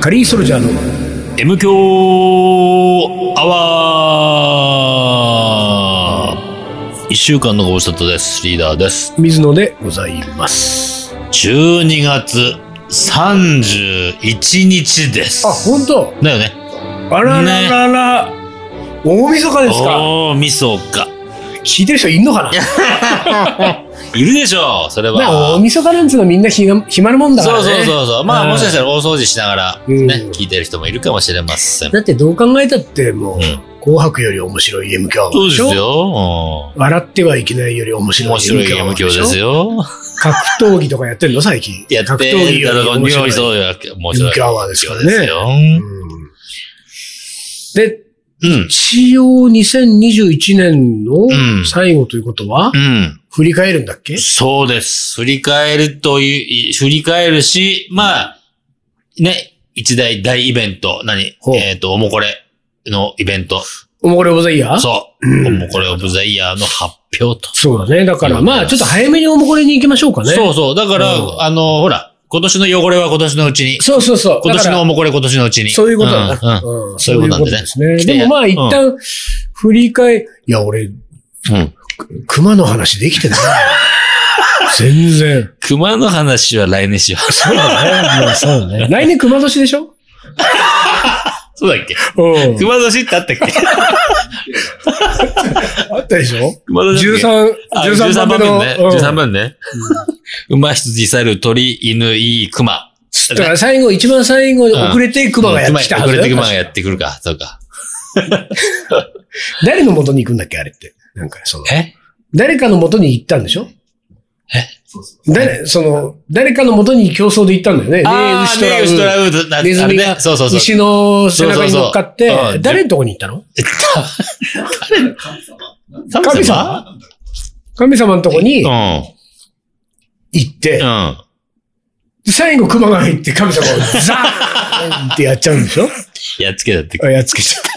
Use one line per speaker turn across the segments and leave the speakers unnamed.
カリーソルジャーの
M 強アワー一週間のご無沙汰です。リーダーです。
水野でございます。
12月31日です。
あ、本当。
だよね。
あらららら、大晦日ですか。
おー、みそか。
聞いてる人いんのかな。
いるでしょう、それ
まあ、大
は。
晦日なんつうのはみんなひが暇なもんだか
そ
ら
う
ね。
そうそうそう。ま
う
あ、
ん
もしかしたら大掃除しながら、ね、
うん
聞いてる人もいるかもしれません。
だってどう考えたってもう、
うん
紅白より面白い M 響
そうです
しょ
よ。うん
笑ってはいけないより面白い
面
M
白い
響
ゲーム今日です
よ。
よ。
格闘技とかやってるの最近。
やっ
格
て、
闘技より面白い。
そうや、面白い。
人気アワーですからね
ですよ。
うんで、
うん。
一応2021年の
うん
最後ということは、
うん。
振り返るんだっけ
そうです。振り返るという、い振り返るし、まあ、ね、一大大イベント、何
ほう
えっ、と、おもこれのイベント。
おもこれオブザイヤー
そう。おもこれオブザイヤーの発表と。
そうだね。だから、
うん
まあ、ちょっと早めにおもこれに行きましょうかね。
そうそう。だから、
うん
あの、ほら、今年の汚れは今年のうちに。
そうそうそう。
今年のお
だか
もこれ今年のうちに。
らそういうことだ
だ。
な。
うん
ん
そういうことなんでね
ですね。
来て
でもまあ、一旦、振り返、いや、俺、
うん。
熊の話でき てない。全然。
熊の話は来年しよう。
そうだね。まあ、そうだね。 来年熊年でしょ
そうだっけ
うん。
熊年ってあったっけ
あったでしょ
熊年だっけ
?13、
あ
13番目の。
ね。
うん
13番ね。 馬、羊、猿、鳥、犬、いい、熊。
だから最後、一番最後に遅れて熊がやってきたはず
遅
だ
れ
よ
て熊がやってくるか。そうか。
誰の元に行くんだっけあれって。なんか、その、
え
誰かの元に行ったんでしょ
え
誰、その、誰かの元に競争で行ったんだよね。
あー、ね
ね
ウ
ウ
シ
シ
ト
ト
ラ
ラウ。
ウーだ
ネズミ
あれ
が
ねそうそうそう。
牛の背中に乗っかって
そうそうそうう、ん
誰のとこに行ったの
えっと誰
神様神様のとこに
うん。
行って
う、ん。
最後熊が入って神様をザーンってやっちゃうんでしょ
やっつけたって。
あやっつけちゃった。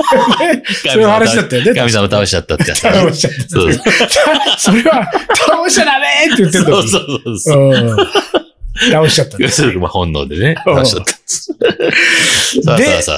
そういう話だったよね。
神様倒しちゃったってやつ。
倒しちゃった
そうそう
それは、倒しちゃダメって言ってる
そ
の
う
に。
そうそう。
うん倒しちゃったんだ
要するに、まあ本能でね、
うん
倒しちゃった。そうそうそう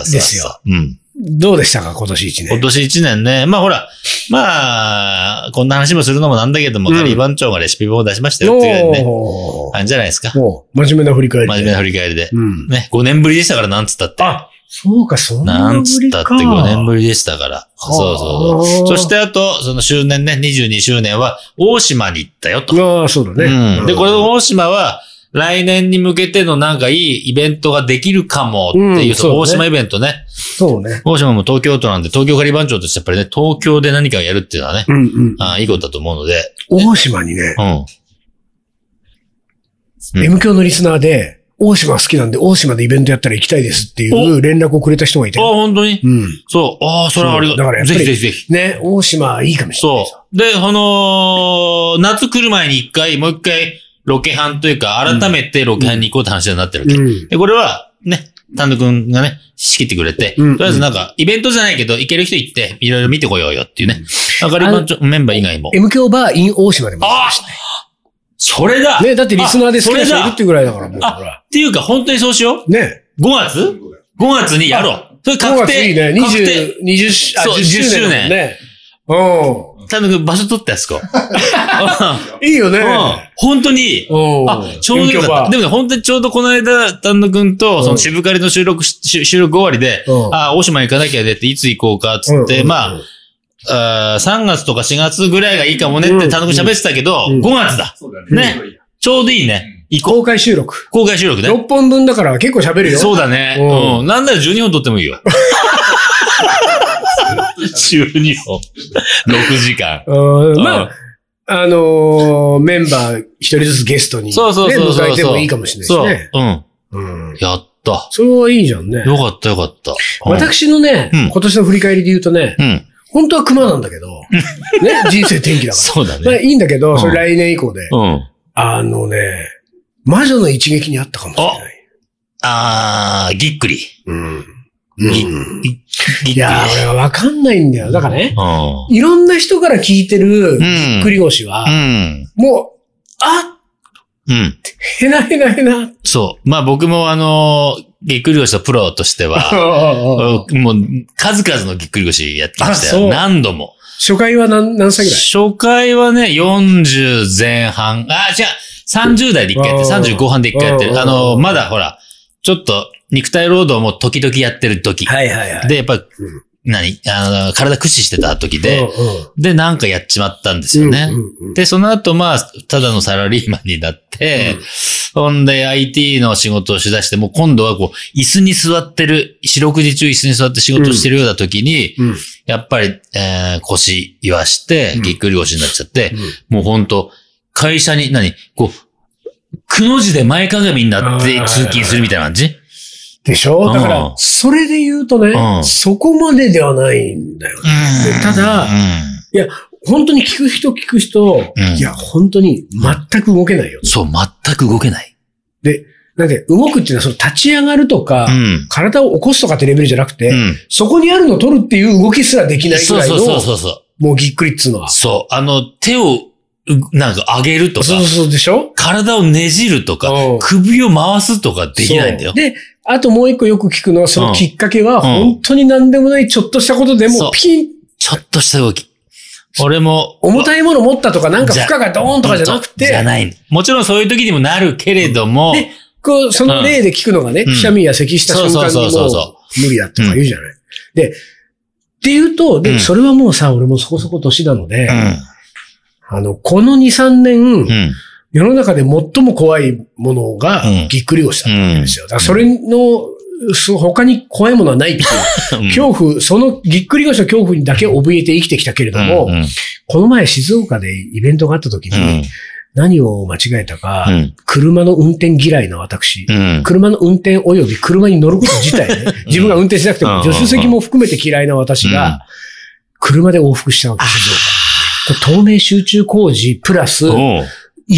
そう。
ですよ。
うん。
どうでしたか、今年一
今
年。
年一年ね、まあほら、まあ、こんな話もするのもなんだけども、
うん
カリー番長がレシピ本を出しましたよ
お
っていうね、
おー
感じじゃないですか。
もう、真面目な振り返りで。
真面目な振り返りで。
うん。
ね、5年ぶりでしたから、なんつったって。
あ、そうか、そんな
なんつ
ぶ
っ
り
た
か。
って5年ぶりでしたから。
あ
そうそうそう。そしてあと、その周年ね、22周年は、大島に行ったよと。
ああ、そうだね。
うん。で、これ、大島は、来年に向けてのなんかいいイベントができるかもっていう、
うん
その
そう
大
ね
島イベントね。
そうね。
大島も東京都なんで、東京カリバン長としてやっぱりね、東京で何かをやるっていうのはね、
うんうん。
あーいいことだと思うので、
大島にね、
うん。うん
M 教のリスナーで、大島好きなんで、大島でイベントやったら行きたいですっていう連絡をくれた人がいて
あ、。本当に
うん。
そう。ああ、それはあり
そ
が
うだからやっぱ
ぜ
り
ひぜひぜひ。
ね、大島いいかもしれない。
そう。で、その、夏来る前に一回、もう一回、ロケハンというか、改めてロケハンに行こうって話になってるわけ。
うん。
で、これは、ね、丹野くんがね、仕切ってくれて、
うん
とりあえずなんか、イベントじゃないけど、行ける人行って、いろいろ見てこようよっていうね。あかりまんちょメンバー以外も。
M 教バー in 大島でも。
ああそれだ
ね、だってリスナーで好きな人
あそ
い
れだ
るってぐらいだから、もう。ほ
あ
ら
っていうか、本当にそうしよ
ね。
う。5月 ?5 月にやろう。それ
5
確
月いいね
定。。確定。
20、20し、あ、
そう
10
10
周年だもんね。
丹野くん場所取ったや つこ。
うん。いいよね
うん。。本当に、
うん
あ、ちょうどよかった。でもね、本当にちょうどこの間、丹野くんと、そうの
ん
渋刈りの収録し、し収録終わりで
う、ん
あ、大島行かなきゃでって、いつ行こうかっつって、まあ、あー3月とか4月ぐらいがいいかもねっ
う
て、
ん
田中君喋ってたけど、
うん
5月だ。
そうだ
ね。ちょうどいいね。行こ
公開収録
う。。公開収録ね。
6本分だから結構喋るよ。
そうだね。
うん
うん。なんなら12本撮ってもいい よ。12本。6時間。
うん。
う
ま
ん
あ、あのー、メンバー一人ずつゲストに、ね、
そうそうそうそう。
迎えてもいいかもしれないし
そう。う
ね。う
ん。
ん。
やった。
それはいいじゃんね。
よかったよかった。うん。
私のね、
うん
今年の振り返りで言うとね、
うん。
本当は熊なんだけど、ね、人生天気だか
そうだ
ら。まあ
ね。
いいんだけ
うん
ど、それ来年以降で、
うん。
あのね、魔女の一撃にあったかもしれない。
あー、ぎっくり。
うん。
ぎ
うん
ぎぎっくり。
いやー、俺はわかんないんだよ。だからね、
う
いろんな人から聞いてる
ん。う
繰
ん。
り越しは
う、ん。
もう、あ
うん。
へなへなへな。
そう。まあ僕もあのーぎっくり腰のプロとし ては、
あ
うんもう数々のぎっくり腰やってました
あそ
よ。
う
何度も。
初回は何、何歳ぐらい
初回はね、40前半。あ、じゃあ、30代で一回やってる、
うん
35半で一回やって
うん
る。あの、まだほら、ちょっと肉体労働も時々やってる時。
いはいは。
で、やっぱ、何あの、体駆使してた時で、で、なんかやっちまったんですよね。で、その後、まあ、ただのサラリーマンになって、ほんで、IT の仕事をしだして、もう今度はこう、椅子に座ってる、四六時中椅子に座って仕事をしてるような時に、
うんうん
やっぱり、えー腰言わして
う、ん
ぎっくり腰になっちゃって、もうほんと、会社に、何こう、くの字で前かがみになって
うん
通勤するみたいな感じ
でしょだか
うん
ら、それで言うと
う
ね
ん、
そこまでではないんだよ。
うん
ただ
うん
本当に聞く人聞く人
うん、
いや、本当に全く動けないよ。
そう、全く動けない。
で、なんで、動くっていうのは、その立ち上がるとか
う、ん。
体を起こすとかってレベルじゃなくて、
うん。
そこにあるのを取るっていう動きすらできないぐ
そう
らい
そう
の、
そうそうそう。
もうぎっくりっつうのは。
そう。あの、手を、うなんか上げるとか
そう、そうでしょ
体をねじるとか
うん、
首を回すとかできないんだよ
そう。で、あともう一個よく聞くのは、そのきっかけは、
うん
本当に何でもないちょっとしたことで
そ
も
う、
ピン、
ちょっとした動き。俺も、
重たいもの持ったとか、なんか負
じゃ
荷がドーンとかじゃなく
じゃ
て、
ない。もちろんそういう時にもなるけれども、
でこう、その例で聞くのがね、
うん
くしゃみや咳した瞬間
そう
に
そうそ
も
う
う
そ
無理だとか言うじゃない。で、っていうと、
う
で、
ん
それはもうさ、俺もそこそこ年なので
う、
あの、この2、3
ん。う
年、
ん。
世の中で最も怖いものが
うん
ぎっくりをしたん
うん
ですよ。だからそれの、そう他に怖いものはないっていう恐怖、そのぎっくり腰の恐怖にだけ怯えて生きてきたけれども、
うんうん
この前静岡でイベントがあった時に、何を間違えたか、
うん
車の運転嫌いな私、
うん。
車の運転及び車に乗ること自体ね、自分が運転しなくて
うん
も、助手席も含めて嫌いな私
うん
が、車で往復したわけですよ。これ透明集中工事プラス、行
おう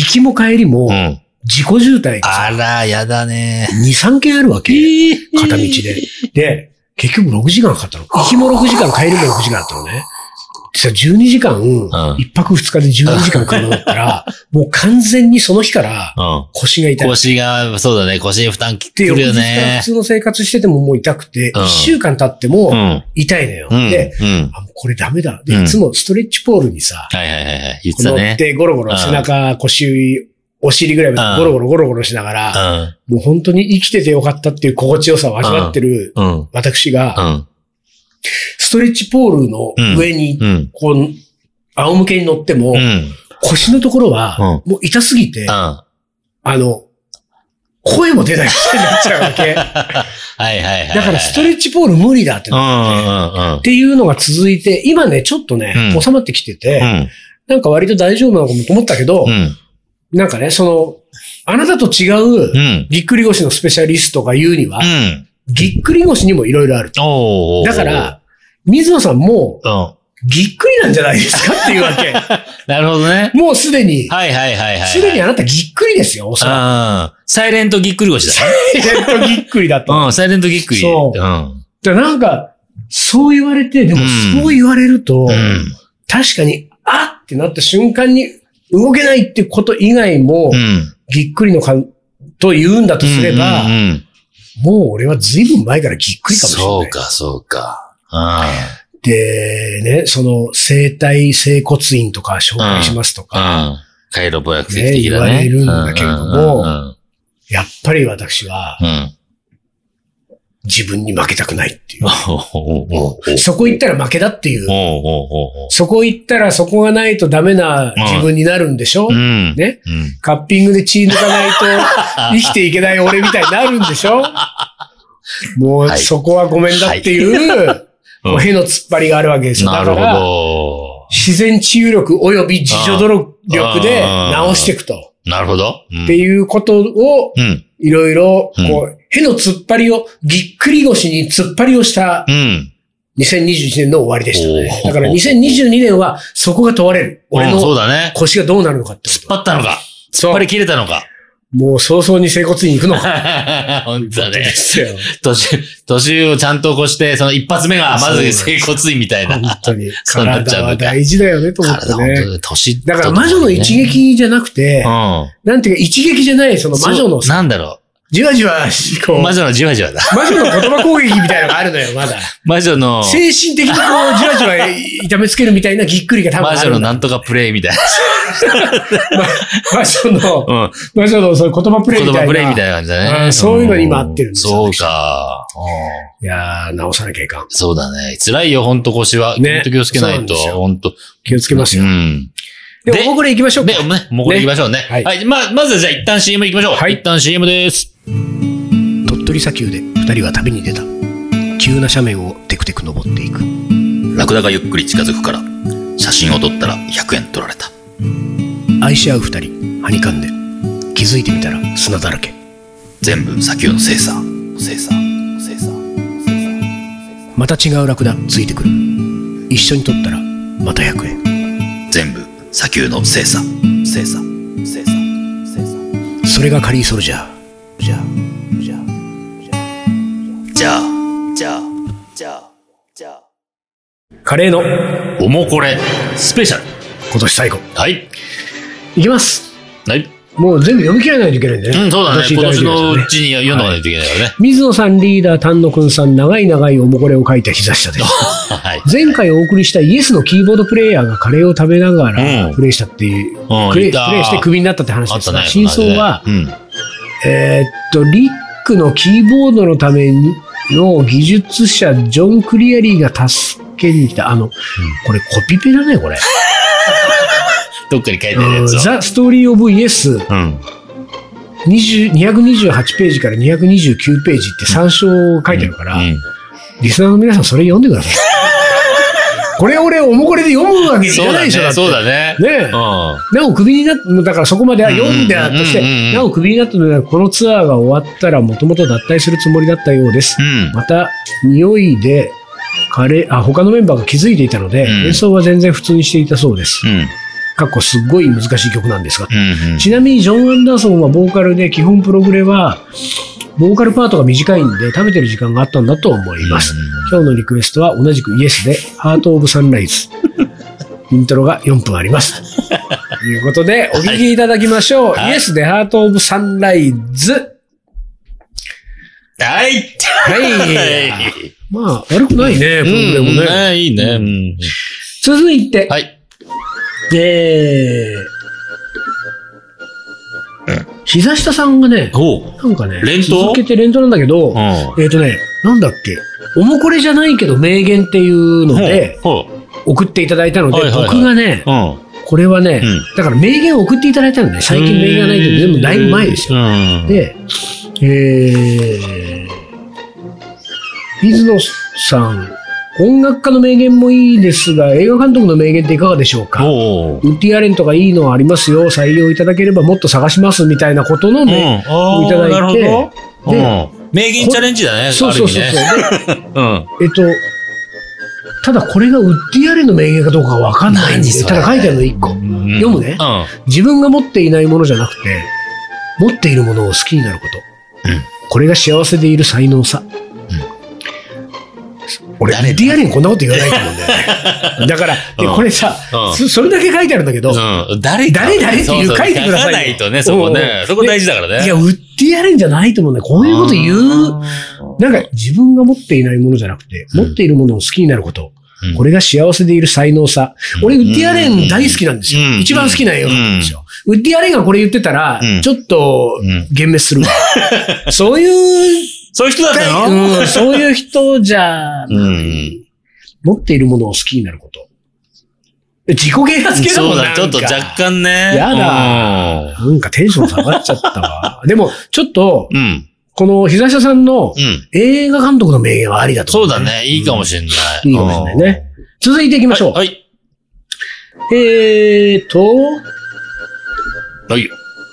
きも帰りも
うん
自己渋滞が
あら、やだね。
2、3件あるわけ。片
片
道で。で、結局6時間かかったの。行きも6時間、帰りも6時間あったのね。実は12時間、一泊二日で12時間かかるんだった ら、もう完全にその日から
う
腰が痛
ん。
い。
腰が、そうだね、腰に負担き
で、
く
翌
る
日
よ
から
ね
普。通の生活しててももう痛くて、
うん
一週間経って
う
も
ん。
痛いのよ。
うん。
で、
うん。
あもうこれダメだ。で
うん
いつもストレッチポールにさ、
はいはいはいはい。言ってた
乗
ね
っ。てゴロゴロ背中、腰、お尻ぐらいまでゴロゴロゴロゴロしながら、
う
もう本当に生きててよかったっていう心地よさを味わってる
ん。うん。
私が、
うん。
ストレッチポールの上に、
うん。
こう、仰向けに乗っても
う、ん。
腰のところは、もう痛すぎて、
は
あの、声も出ないってなっちゃうわ け。
いはいはいはい。
だからスト
レ
レッチポール無理だって
う
なっ
ん
ていうのが続いて、今ね、ちょっとね、
うん
収まってきて
うん
て、
うん。
なんか割と大丈夫なのかもと思ったけど
う、ん。
なんかね、その、あなたと違
う
う、
ん。
ぎっくり腰のスペシャリストが言うには
う、ん。
ぎっくり腰にもいろいろあると。
おーおーおー
だから、水野さんも、
うん。
ぎっくりなんじゃないですかっていうわけ。
なるほどね。
もうすでに、
はいはいはいはい。
すでにあなたぎっくりですよ、おそら
ああ、サイレントぎっくり腰だね。
く。ぎっくりだと。
うん、サイレントぎっくり。
そう
うん。
でなんか、そう言われて、でも
うん
そう言われると、
うん。
確かに、あっってなった瞬間に動けないってこと以外も
う、ん。
ぎっくりのかん、と言うんだとすれば、
うんうんうん
もう俺は随分前からぎっくりかもしれない。
そうか、そうか。う
で、ね、その、生体整骨院とか紹介しますとか、
ん。うん。カイロボ薬的的だ
ね言わ
ね。
れるんだけれども
うん
やっぱり私は
うんうん。
自分に負けたくないってい
おーおーおーお
う。
ー
そこ行ったら負けだっていう。
おーおーおー
そこ行ったらそこがないとダメな自分になるんでしょ、
うん。
ね
うん。
カッピングで血抜かないと 生きていけない俺みたいになるんでしょもう
はい
そこはごめんだっていう、
うん
もうへの突っ張りがあるわけですよ。
な
だか
るほ
ら、
ど。
自然治癒力及び自助努力で直していくと。
なるほど。うん
っていうことを、
うん。
いろいろ、
うん
こう、への突っ張りを、ぎっくり腰に突っ張りをした
うん。
2021年の終わりでしたね。
お
だ
ー
から2022年はそこが問われる。俺
うんそう
の
だね。
腰がどうなるのかってこ
突っ張ったのか。
と。そ
突っ張
う
り切れたのか。
もう早々に整骨院行くのか。
本当だね。
ですよ。
年、年をちゃんと越して、その一発目がまず整骨院みたいな。
本当に。
そうなっちゃ
体
うの
は
か
大事だよねと思って
体本
ね。
当年
だから魔女の一撃じゃなくて、
うん。
なんていうか一撃じゃない、その魔女の
そうなんだろ
じわじわ、こ
う。
う、
魔女のじわじわだ。
魔女の言葉攻撃みたいなのがあるのよ、ま だ。
魔女の、
精神的にこう、じわじわ痛めつけるみたいなぎっくりが多分
魔
あ
女
る
の
んだ。
なんとかプレイみたい
魔女の、
な。うん。
魔女のそういう言葉プレイ
言
みたいな。
葉プレイみたいな感じだ
う
ね。
んそういうのに今合ってるんですよ
そうか。うん
いやー、直さなきゃいかん。
そうだね。辛いよ、ほんと腰は。
ね
ね。気をつけないと。
そうなんですよ
ほんと。
気をつけます
う
よ。
ん。
で
で
も、これ行きましょうか
で、。ね、もうこれ行きましょうね。
はい
はい。ま、まずはじゃあ一旦 CM 行きましょう。
はい
一旦 CM です。
鳥取砂丘で二人は旅に出た急な斜面をテクテク登っていく
ラクダがゆっくり近づくから、写真を撮ったら100円取られた。
愛し合う二人はにかんで気づいてみたら砂だらけ
全部砂丘の精査。精査。精査。
また違うラクダついてくる一緒に撮ったらまた100円
全部砂丘の精査。精査。精査。精査。
それがカリーソルジャーじゃあじゃあ
じゃあ、じゃあ、じゃあ、じゃあ。
カレーの今
おもこれ、スペシャル。
年最後
はい。
いきます
はい。
もう全部読み切らないといけないんでね、
うん、そうだね。今
大事で
年
す
の
よね
うちに読んどかないといけないからね。
水野さんリーダー丹野くんさん長い長いおもこれを書いた膝下です
はい。
前回お送りしたイエスのキーボードプレイヤーがカレーを食べなが
う
ら
ん
プレイしたっていう、
うん
プレイ
いた
プレイしてクビになったって話
あ
で
っ
す
たね
が、。真相は、
うん。
えーっと、リックのキーボードのためにの技術者、ジョン・クリアリーが助けに来た。あの、これコピペだね、これ。
どっかに書いてあるやつを。
ザ・ストーリー・オブ・イエス
うん。
20 228ページから229ページって参照書いてあるから、
うん
リスナーの皆さんそれ読んでく ださい。これ俺、おもこれで読むわけにい
そ
か
う
ないで
だ
しょ、
ね。
って
そうだね。
ねえ
うん。
なおクビになった、だからそこまでは読んであったとし
うんうんうんう
て、
ん
なおクビになったのでは、このツアーが終わったらもともと脱退するつもりだったようです。
うん。
また、匂いで、カレー、あ、他のメンバーが気づいていたので、
うん
演奏は全然普通にしていたそうです
う。ん。
かっこすっごい難しい曲なんですが。
うん。
ちなみにジョン・アンダーソンはボーカルで、基本プログレは、ボーカルパートが短いんで、食べてる時間があったんだと思います。今日のリクエストは同じくイエスで、ハート・オブ・サンライ ズ。イントロが4分あります。ということで、お聞きいただきましょう。
はい
イエスで、ハート・オブ・サンライズ。
はい。
はい。まあ、悪くないね、プログレもね。
いいね。うん
続いて、
はい。
えー、膝下さんがね、
おう。
なんかね、
連投
続けて連投なんだけど、
うん。
えっ、とね、なんだっけ、おもこれじゃないけど名言っていうので、
ほ
送っていただいたので、
はいはいはい
僕がね、
う。うん。
これはね、
うん
だから名言を送っていただいたのね、最近名言がないけど、全部だいぶ前ですよ。
よ。うん。
で、えー、水野さん、音楽家の名言もいいですが、映画監督の名言っていかがでしょうか
おう。
ウッディ・アレンとかいいのありますよ、採用いただければもっと探しますみたいなことの
うん。
ね、
あ
をいただ
あ、
いて
なるほど。う
で
ん。名言チャレンジだね。
そうそうそう
ある
そう。
意味ねうん。
えっと、ただこれがウッディアレンの名言かどうかわかんないんで
何それ
ただ書いてあるの1個。読むね
うん。
自分が持っていないものじゃなくて、持っているものを好きになること。
うん
これが幸せでいる才能さ。俺、ウ
誰だ
ッディアレンこんなこと言わないと思うんだよ ね。だから、で
うん
これさ、
うん
そそれだけ書いてあるんだけど、
うん。誰か
誰々っていう書いてくださいよ
そうそう書かないとね、そこね
う。ん
そこ大事だからね。
いや、ウッディアレンじゃないと思うんだよ。こういうこと言う。なんか、自分が持っていないものじゃなくて、
うん
持っているものを好きになること。
うん
これが幸せでいる才能さ。俺、
う
ウ
ん
ッディアレン大好きなんですよ。
うん
一番好きな映画なんですよ。ウッディアレンがこれ言ってたら
うん、
ちょっと
う、ん
幻滅するわ。そういう、
そういう人だったの
うんそういう人じゃ、
うん。
持っているものを好きになること。自己啓発系だ
そ
も
うんだ、ちょっと若。干ね。
や
だ。
なんかテンション下がっちゃったわ。でも、ちょっと、
うん。
この膝下さんの
うん。
映画監督の名言はありだと
そ
思
うだね。いいかもしれない。
いいかもしれないね続いていき
うん。
ましょう。
はい。はい
えーと、
はい。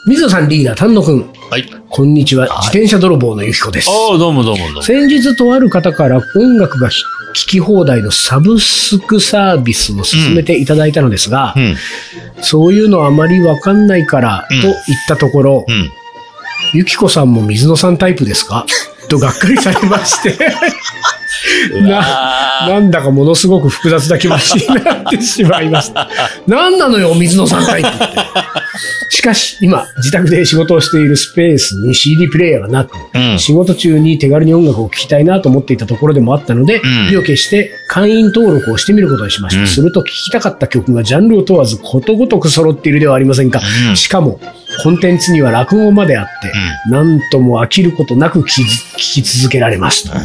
水野さんリーダー、丹野くん。
はい。
こんにちは。
はい
自転車泥棒のゆきこです。
ああ、どうもどうもどうも。
先日とある方から音楽が聴き放題のサブスクサービスを勧めていただいたのですが
う、ん。
そういうのあまりわかんないから
うん
と言ったところ、
うん。
ゆきこさんも水野さんタイプですかとがっかりされまして な、なんだかものすごく複雑な気持ちになってしまいました。 なんなのよ、水野さんタイプって。しかし、今、自宅で仕事をしているスペースに CD プレイヤーがなく、うん、仕事中に手軽に音楽を聴きたいなと思っていたところでもあったので、意、うん、を決して会員登録をしてみることにしました。うん、すると聴きたかった曲がジャンルを問わずことごとく揃っているではありませんか。しかも、コンテンツには落語まであって、なんとも飽きることなく聴き続けられました。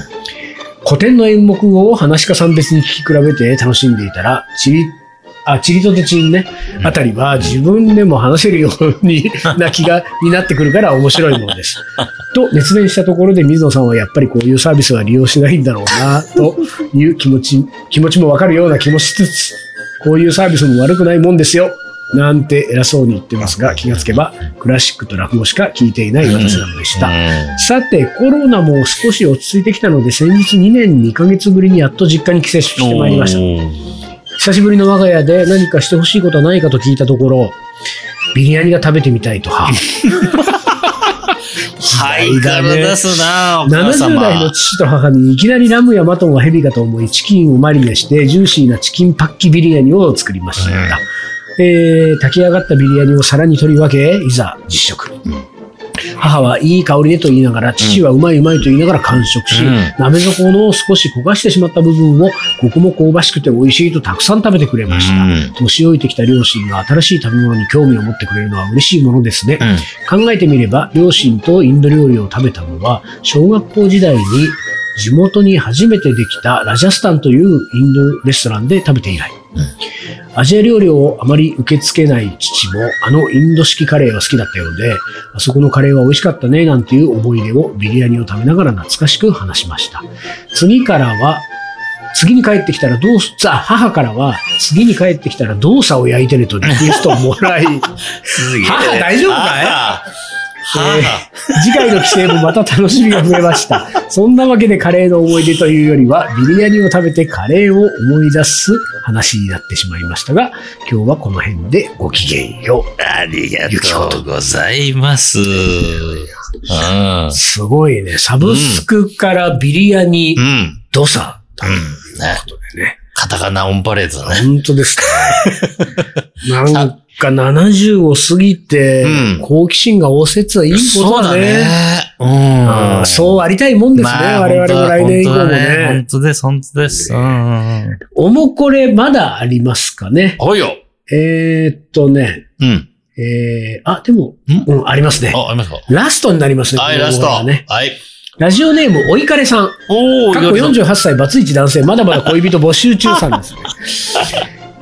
古典の演目を話し家さん別に聞き比べて楽しんでいたら、ちり、あ、ちりとてちんね、あたりは自分でも話せるように な気が、になってくるから面白いものです。と熱弁したところで水野さんはやっぱりこういうサービスは利用しないんだろうな、という気持ち、気持ちもわかるような気もしつつ、こういうサービスも悪くないもんですよ。なんて偉そうに言ってますが、気がつけばクラシックと落語しか聞いていない私なのでした。うん、さて、コロナも少し落ち着いてきたので、先日2年2ヶ月ぶりにやっと実家に帰省してまいりました。久しぶりの我が家で何かしてほしいことはないかと聞いたところ、ビリヤニが食べてみたいと母。
はい、体出すな、ね、
70代の父と母にいきなりラムやマトンはヘビかと思い、チキンをマリネして、ジューシーなチキンパッキビリヤニを作りました。うんえー、炊き上がったビリヤニを皿に取り分け、いざ実食。うん、母はいい香りでと言いながら、父はうまいうまいと言いながら完食し、うん、なめ底の少し焦がしてしまった部分を、ここも香ばしくて美味しいとたくさん食べてくれました。うん、年老いてきた両親が新しい食べ物に興味を持ってくれるのは嬉しいものですね。考えてみれば、両親とインド料理を食べたのは、小学校時代に地元に初めてできたラジャスタンというインドレストランで食べて以来。うん、アジア料理をあまり受け付けない父も、あのインド式カレーは好きだったようで、あそこのカレーは美味しかったね、なんていう思い出をビリヤニを食べながら懐かしく話しました。次からは、次に帰ってきたらどうす、あ、母からは、次に帰ってきたら動作を焼いてるとリクエストをも らい、母大丈夫かいえー、次回の帰省もまた楽しみが増えました。そんなわけでカレーの思い出というよりは、ビリヤニを食べてカレーを思い出す話になってしまいましたが、今日はこの辺でごきげんよう。
ありがとうございます。
すごいね。サブスクからビリヤニ、うん、ドサ、
うん、ということでね。カタカナオンパレードだ
ね。本当ですか。なんか70を過ぎて、好奇心が旺盛っていいことだね。そうだね。うん。そうありたいもんですね。我々も来年以降もね。
本当です、本当です。
おもこれまだありますかね。
およ。
えっとね。うん。えー、あ、でも、うん、ありますね。
あ、あり ますか。
ラストになりますね。
はい、ラスト。はい。
ラジオネーム、おいかれさん。おー、過去48歳、バツイチ男性、まだまだ恋人募集中さんですね。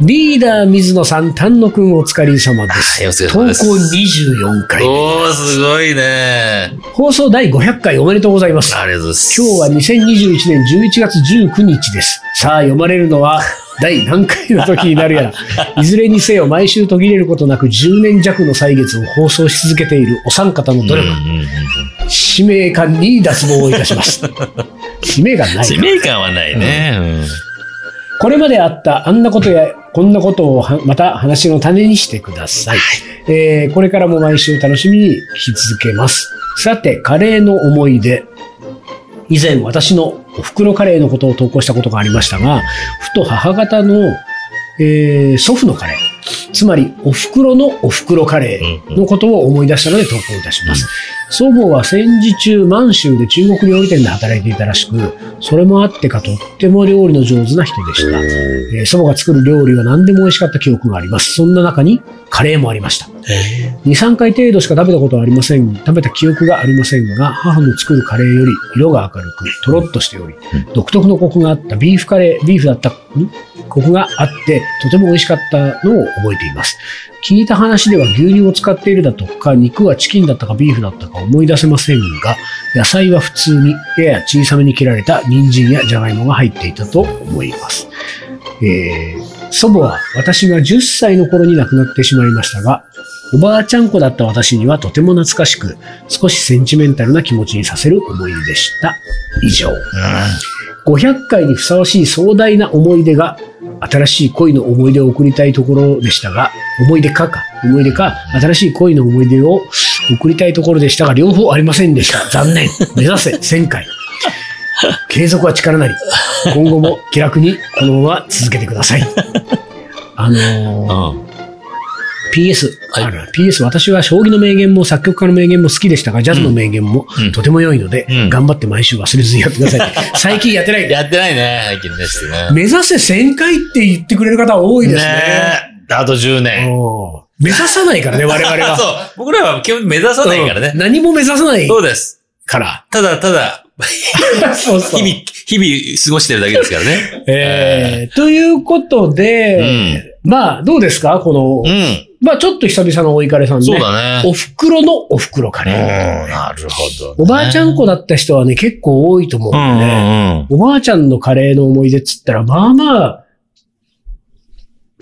リーダー水野さん、丹野くんお疲れ様です。
です
投稿24回。
おー、すごいね。
放送第500回おめでとうございます。
ありがとうございます。
今日は2021年11月19日です。さあ、読まれるのは、第何回の時になるやら、いずれにせよ毎週途切れることなく10年弱の歳月を放送し続けているお三方の努力。使命感に脱帽をいたしました。使命感ない。
使命感はないね。うん、
これまであったあんなことやこんなことをまた話の種にしてください。はい、えー、これからも毎週楽しみに聞き続けます。さて、カレーの思い出。以前私のお袋カレーのことを投稿したことがありましたが、ふと母方の、えー、祖父のカレー。つまり、お袋のお袋カレーのことを思い出したので投稿いたします。祖母は戦時中、満州で中国料理店で働いていたらしく、それもあってかとっても料理の上手な人でした。えー、祖母が作る料理は何でも美味しかった記憶があります。そんな中にカレーもありました。2、3回程度しか食べたことはありません。食べた記憶がありませんが、母の作るカレーより色が明るく、とろっとしており、独特のコクがあったビーフカレー、ビーフだった、んコクがあって、とても美味しかったのを覚えています。聞いた話では牛乳を使っているだとか、肉はチキンだったかビーフだったか思い出せませんが、野菜は普通にやや小さめに切られた人参やじゃがいもが入っていたと思います。えー、祖母は私が10歳の頃に亡くなってしまいましたが、おばあちゃん子だった私にはとても懐かしく、少しセンチメンタルな気持ちにさせる思い出でした。以上。500回にふさわしい壮大な思い出が新しい恋の思い出を送りたいところでしたが、思い出かか、思い出か、新しい恋の思い出を送りたいところでしたが、両方ありませんでした。残念。目指せ、1000回。継続は力なり。今後も気楽にこのまま続けてください。あのー
うん。
PS、
はい
あら PS、私は将棋の名言も作曲家の名言も好きでしたが、ジャズの名言も
うん
とても良いので、
うん
頑張って毎週忘れずにやってくだ さい。最近やってないんで
やってないね、最近ですね。
目指せ1000回って言ってくれる方多いですね。
えあと10年。
おー目指さないから ね、我々は。
そう。僕らは基本目指さないから
うん
ね。
何も目指さない
そうです。
から。
ただ、ただ、
そうそう
日々、日々過ごしてるだけですから ね。
えーということで、まあ、どうですかこの、
うん。
まあ、ちょっと久々のお怒りさんね。
そうだね。
お袋のお袋カ
うん、
レー。
なるほど、ね。
おばあちゃん子だった人はね、結構多いと思うん
う
で
んう
ね。
んうん。
おばあちゃんのカレーの思い出っつったら、まあまあ、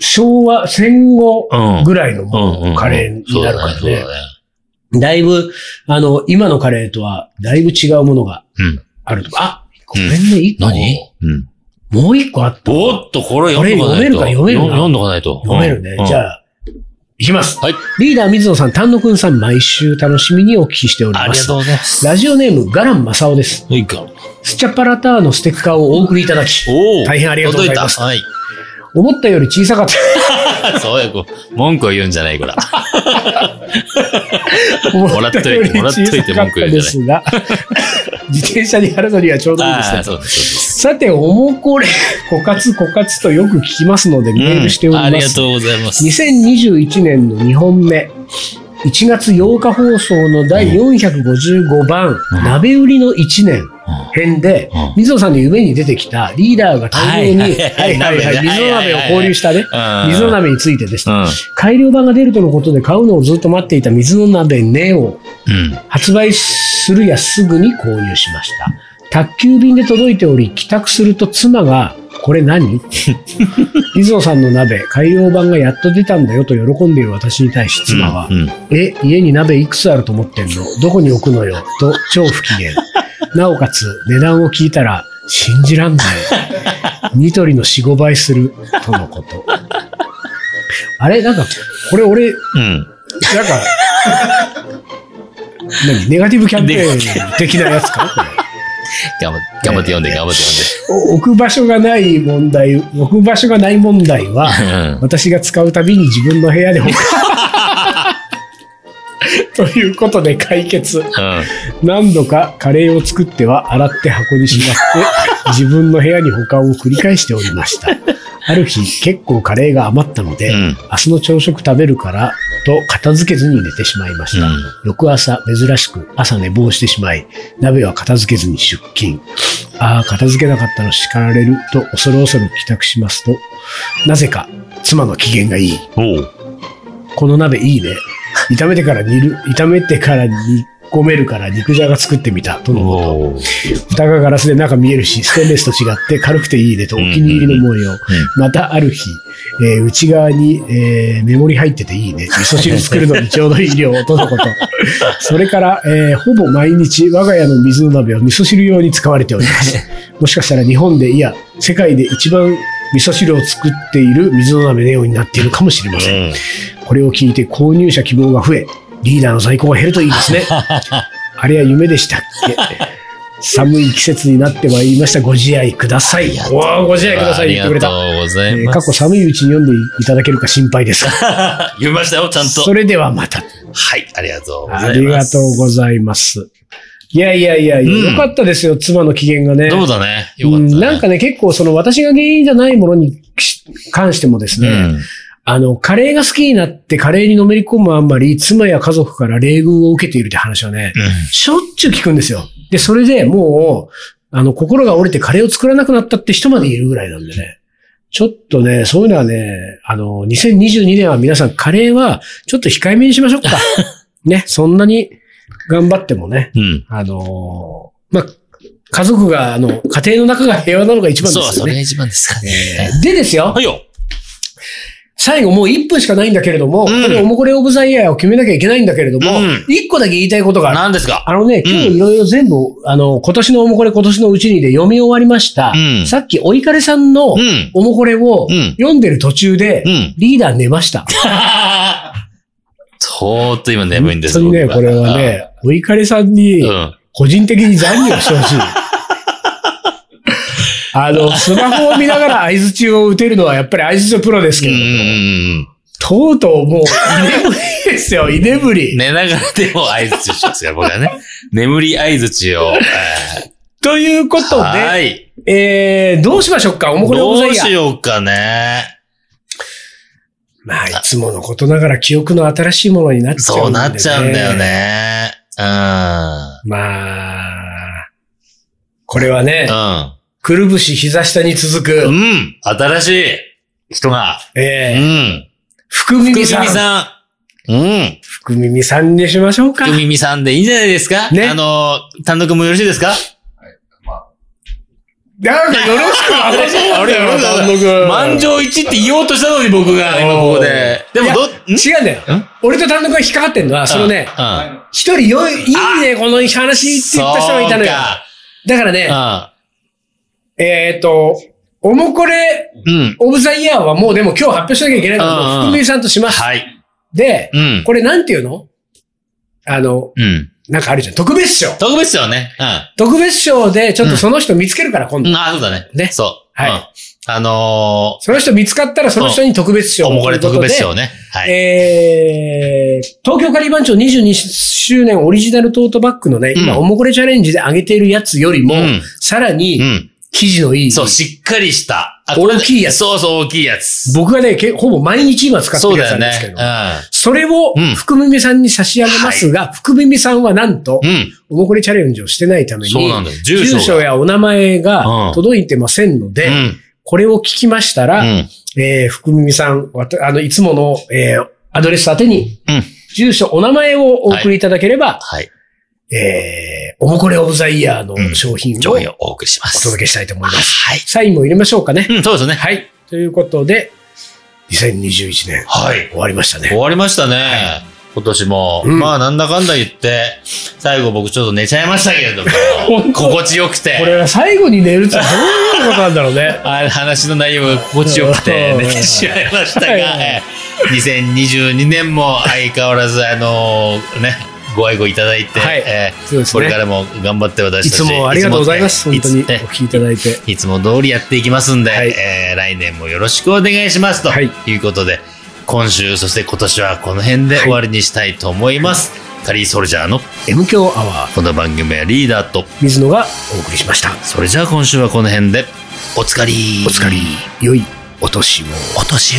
昭和、戦後
うん
ぐらいの
うんうんうん
カレーになるから
そうだね。
ね
そう。だね
だいぶ、あの、今のカレーとは、だいぶ違うものが
うん。
あると。あ、ごめんね、一個。
何うん。
もう一個あった。
おっと、これ読んどかないと。
これ読めるか読めるな
読んどかないと。
読めるね。じ
あ。
ゃあ、いきます。
はい。
リーダー水野さん、丹野くんさん、毎週楽しみにお聞きしておりま
ありが
す
とう。ございます。
ラジオネーム、ガランマサオです。
いいか。
スチャパラターのステッカーをお送りいただき、
おお。
大変ありがとうございます
届い
思ったより小さかっ
た。はい。 そうや、こう、文句を言うんじゃない、これ。
た。思
らっといて
より小さか
もら
っ
っと
た
いて文句言うん
で
じ
すが、 自転車に貼るのにはちょうどいいです
あ
ね
あ、。そうです、そうです。
さて、おもこれ、枯渇枯渇とよく聞きますので、メールしております。
うんありがとうございます。
2021年の2本目。1月8日放送の第455番、
ん
鍋売りの1年編で
うん、
水野さんの夢に出てきたリーダーが大量に、は
はいいはいはい
はいはい、
鍋ね
水野鍋を購入したね
はいはいは、い
水野鍋についてでし
う
た。改良版が出るとのことで買うのをずっと待っていた水野鍋ネオ、
ん。うん。
発売するやすぐに購入しました。宅急便で届いており、帰宅すると妻が、これ何 水野さんの鍋、改良版がやっと出たんだよと喜んでいる私に対し妻は、
うん。
え、家に鍋いくつあると思ってんのどこに置くのよと超不機嫌。なおかつ、値段を聞いたら、信じらんない。ニトリの4、5倍する、とのこと。あれなんか、これ俺、
うん。
なんか、何ネガティブキャンペーン的なやつかこれ
頑張頑張って読んで、頑張って
お置く場所がない問題、置く場所がない問題は、
読んで。
私が使うたびに自分の部屋で置く。ということで解決。
うん。
何度かカレーを作っては洗って箱にしまって、自分の部屋に保管を繰り返しておりました。ある日、結構カレーが余ったので、
うん
明日の朝食食べるから、と片付けずに寝てしまいました。
うん
翌朝、珍しく朝寝坊してしまい、鍋は片付けずに出勤。ああ、片付けなかったら叱られると恐る恐る帰宅しますと、なぜか妻の機嫌がいい。
うん。おう。
この鍋いいね。炒めてから煮る、炒めてから煮込めるから肉じゃが作ってみた。とのこと。
おう。
蓋がガラスで中見えるし、ステンレスと違って軽くていいねとお気に入りの模様。またある日、えー内側に、えーメモリ入ってていいね。味噌汁作るのにちょうどいい量とのこと。それから、えーほぼ毎日我が家の水の鍋は味噌汁用に使われております。もしかしたら日本で、いや、世界で一番味噌汁を作っている水の鍋ネオになっているかもしれません。
うん。
これを聞いて購入者希望が増え、リーダーの在庫が減るといい ですね。あれは夢でしたっけ寒い季節になってまいりました。ご自愛ください。おーご自愛ください。言ってくれた。
ありがとうござ
え
い
ー
ま
過
す。
去寒いうちに読んでいただけるか心配ですが。
読みましたよ、ちゃん
そ
と。
れではまた。
はい、ありがとうございます。
ありがとうございます。いやいやいや、
ん
よかったですよ、妻の機嫌がね。
どうだね。よかった
う
ね。
んなんかね、結構その私が原因じゃないものにし関してもです
う
ね、
ん。
あの、カレーが好きになってカレーにのめり込むあんまり、妻や家族から冷遇を受けているって話はね、しょっちゅう聞くんですよ。で、それでもう、あの、心が折れてカレーを作らなくなったって人までいるぐらいなんでね。ちょっとね、そういうのはね、あの、2022年は皆さんカレーはちょっと控えめにしまし ょうか。ね、そんなに頑張ってもね、
うん。うん。
あのーまあ、家族が、あの、家庭の中が平和なのが一番で
そう、
す
そ
よ
れ
ね
が。一番ですかね。
でですよ、
はいよ。
最後もう1分しかないんだけれども、
うん
これおもこれオブザイヤーを決めなきゃいけないんだけれども、
うん
一1個だけ言いたいことがある。
何ですか
あのね、
うん
今日いろいろ全部、あの、今年のおもこれ今年のうちにで読み終わりました。
うん
さっきおいかれさんの
うん。
おもこれを
うん
読んでる途中で、
うん。
リーダー寝ました。
相当今眠いんです
本当にね、
僕
これはね、お怒りさんに
うん。
個人的に残業してほ しい。あの、スマホを見ながら相槌を打てるのはやっぱり相槌のプロです
う
け
んう
ど、
ん
とうとうもう、居眠りですよ、居眠
う
り。
ん。寝ながらでも合図しますから、僕はね。 眠り合図を。
ということ
は
で、
い。
えー、どうしましょうかおもこれおも
ど
ざいうや
し。ようかね。
まあ、いつものことながら記憶の新しいものになっちゃ
そううん
で、ね。
なっちゃうんだよ。ね。う
まあ、これはね、
ん。
くるぶし膝下に続
う
く、
ん。うん。新しい人が。う
えー、
ん。
福
福
耳
耳
さん。
さん。うん。
福耳さんにしましょうか。
福耳さんでいいんじゃないですか
ね
あの、単独もよろしいですか
なんかよろしくなさそうだよな、
あ
単
れ
独。
満場一致って言おうとしたのに僕が、今ここで。でもど、ん
違うんだよ
ん。
俺と単独が引っかかってんのは、そのね、
うん。
一人よい、いいね、この話って言った人がいたのよ。だから
そう
ね、
か
えっと、おもこれ、
うん。うん。
オブザイヤーはもうでも今日発表しなきゃいけないか
うんうん
ら、福耳さんとします。
はい。
で
う、ん。
これなんていうのあの、
うん。
なんかあるじゃん。特別賞。
特別だよね。
特別賞で、ちょっとその人見つけるから、今
う
度
ん。。あ、そうだね。
ね
そう。
はい
うん。あの
その人見つかったら、その人に特別
ー、
賞。
おもこれ特別賞ね。はい。
えー、東京カリバン町22周年オリジナルトートバッグのね、
うん
今、おもこれチャレンジで上げているやつよりも、
うん
さら
う
に、
ん。
生地のいい。
そう、しっかりした。あ
大きいやつ
そうそう、大きいやつ。
僕がね、けほぼ毎日今使って
そ
る
う
やつ
だ
な
よ
んですけ
ね
ど。。それを
うん、
福耳さんに差し上げますが、福耳さんはなんと
う、ん。うん。
おもこれチャレンジをしてないために、
そうなんだよ。住
住
所
所
が。
やお名前
う
が
ん
届いてませんので、これを聞きました
う
ら、
ん。うん。
えー、福耳さん、わたあの、いつもの、えーアドレス宛てに、
うん
住所、お名前をお送りいただければ、
はい。
えー、おもこれオブザイヤーの商品を
上位をお送りしま
お
す。
届けしたいと思います。
はい。
サインも入れましょうかね。
うん、そうですね。はい。
ということで、2021年
はい。
終わりました
終
ね。
わりましたね。今年も。
うん
まあ、なんだかんだ言って、最後僕ちょっと寝ちゃいましたけれども
本、当
心地よくて。。
これは最後に寝るってどういうことなんだろうね
あ話の内容が心地よくて
うん
寝てしまいましたが、
はい
えー2022年も相変わらず、あのーね、ご愛顧いただいて、
はい
えー
そうです
これ
ね
か。らも頑張って私
い
たち。
つもありがとうございます。本当にお
いつえ
聞きいただいて。
いつも通りやっていきますんで、
はい
えー来年もよろしくお願いしますと
はい
いうことで、今週、そして今年はこの辺で終わりにしたいと思います。カリーソルジャーの
M 強アワー、
この番組はリーダーと、
水野がお送りしました。
それじゃあ今週はこの辺で、おつかり
お疲れ、良いお年を。
お年を。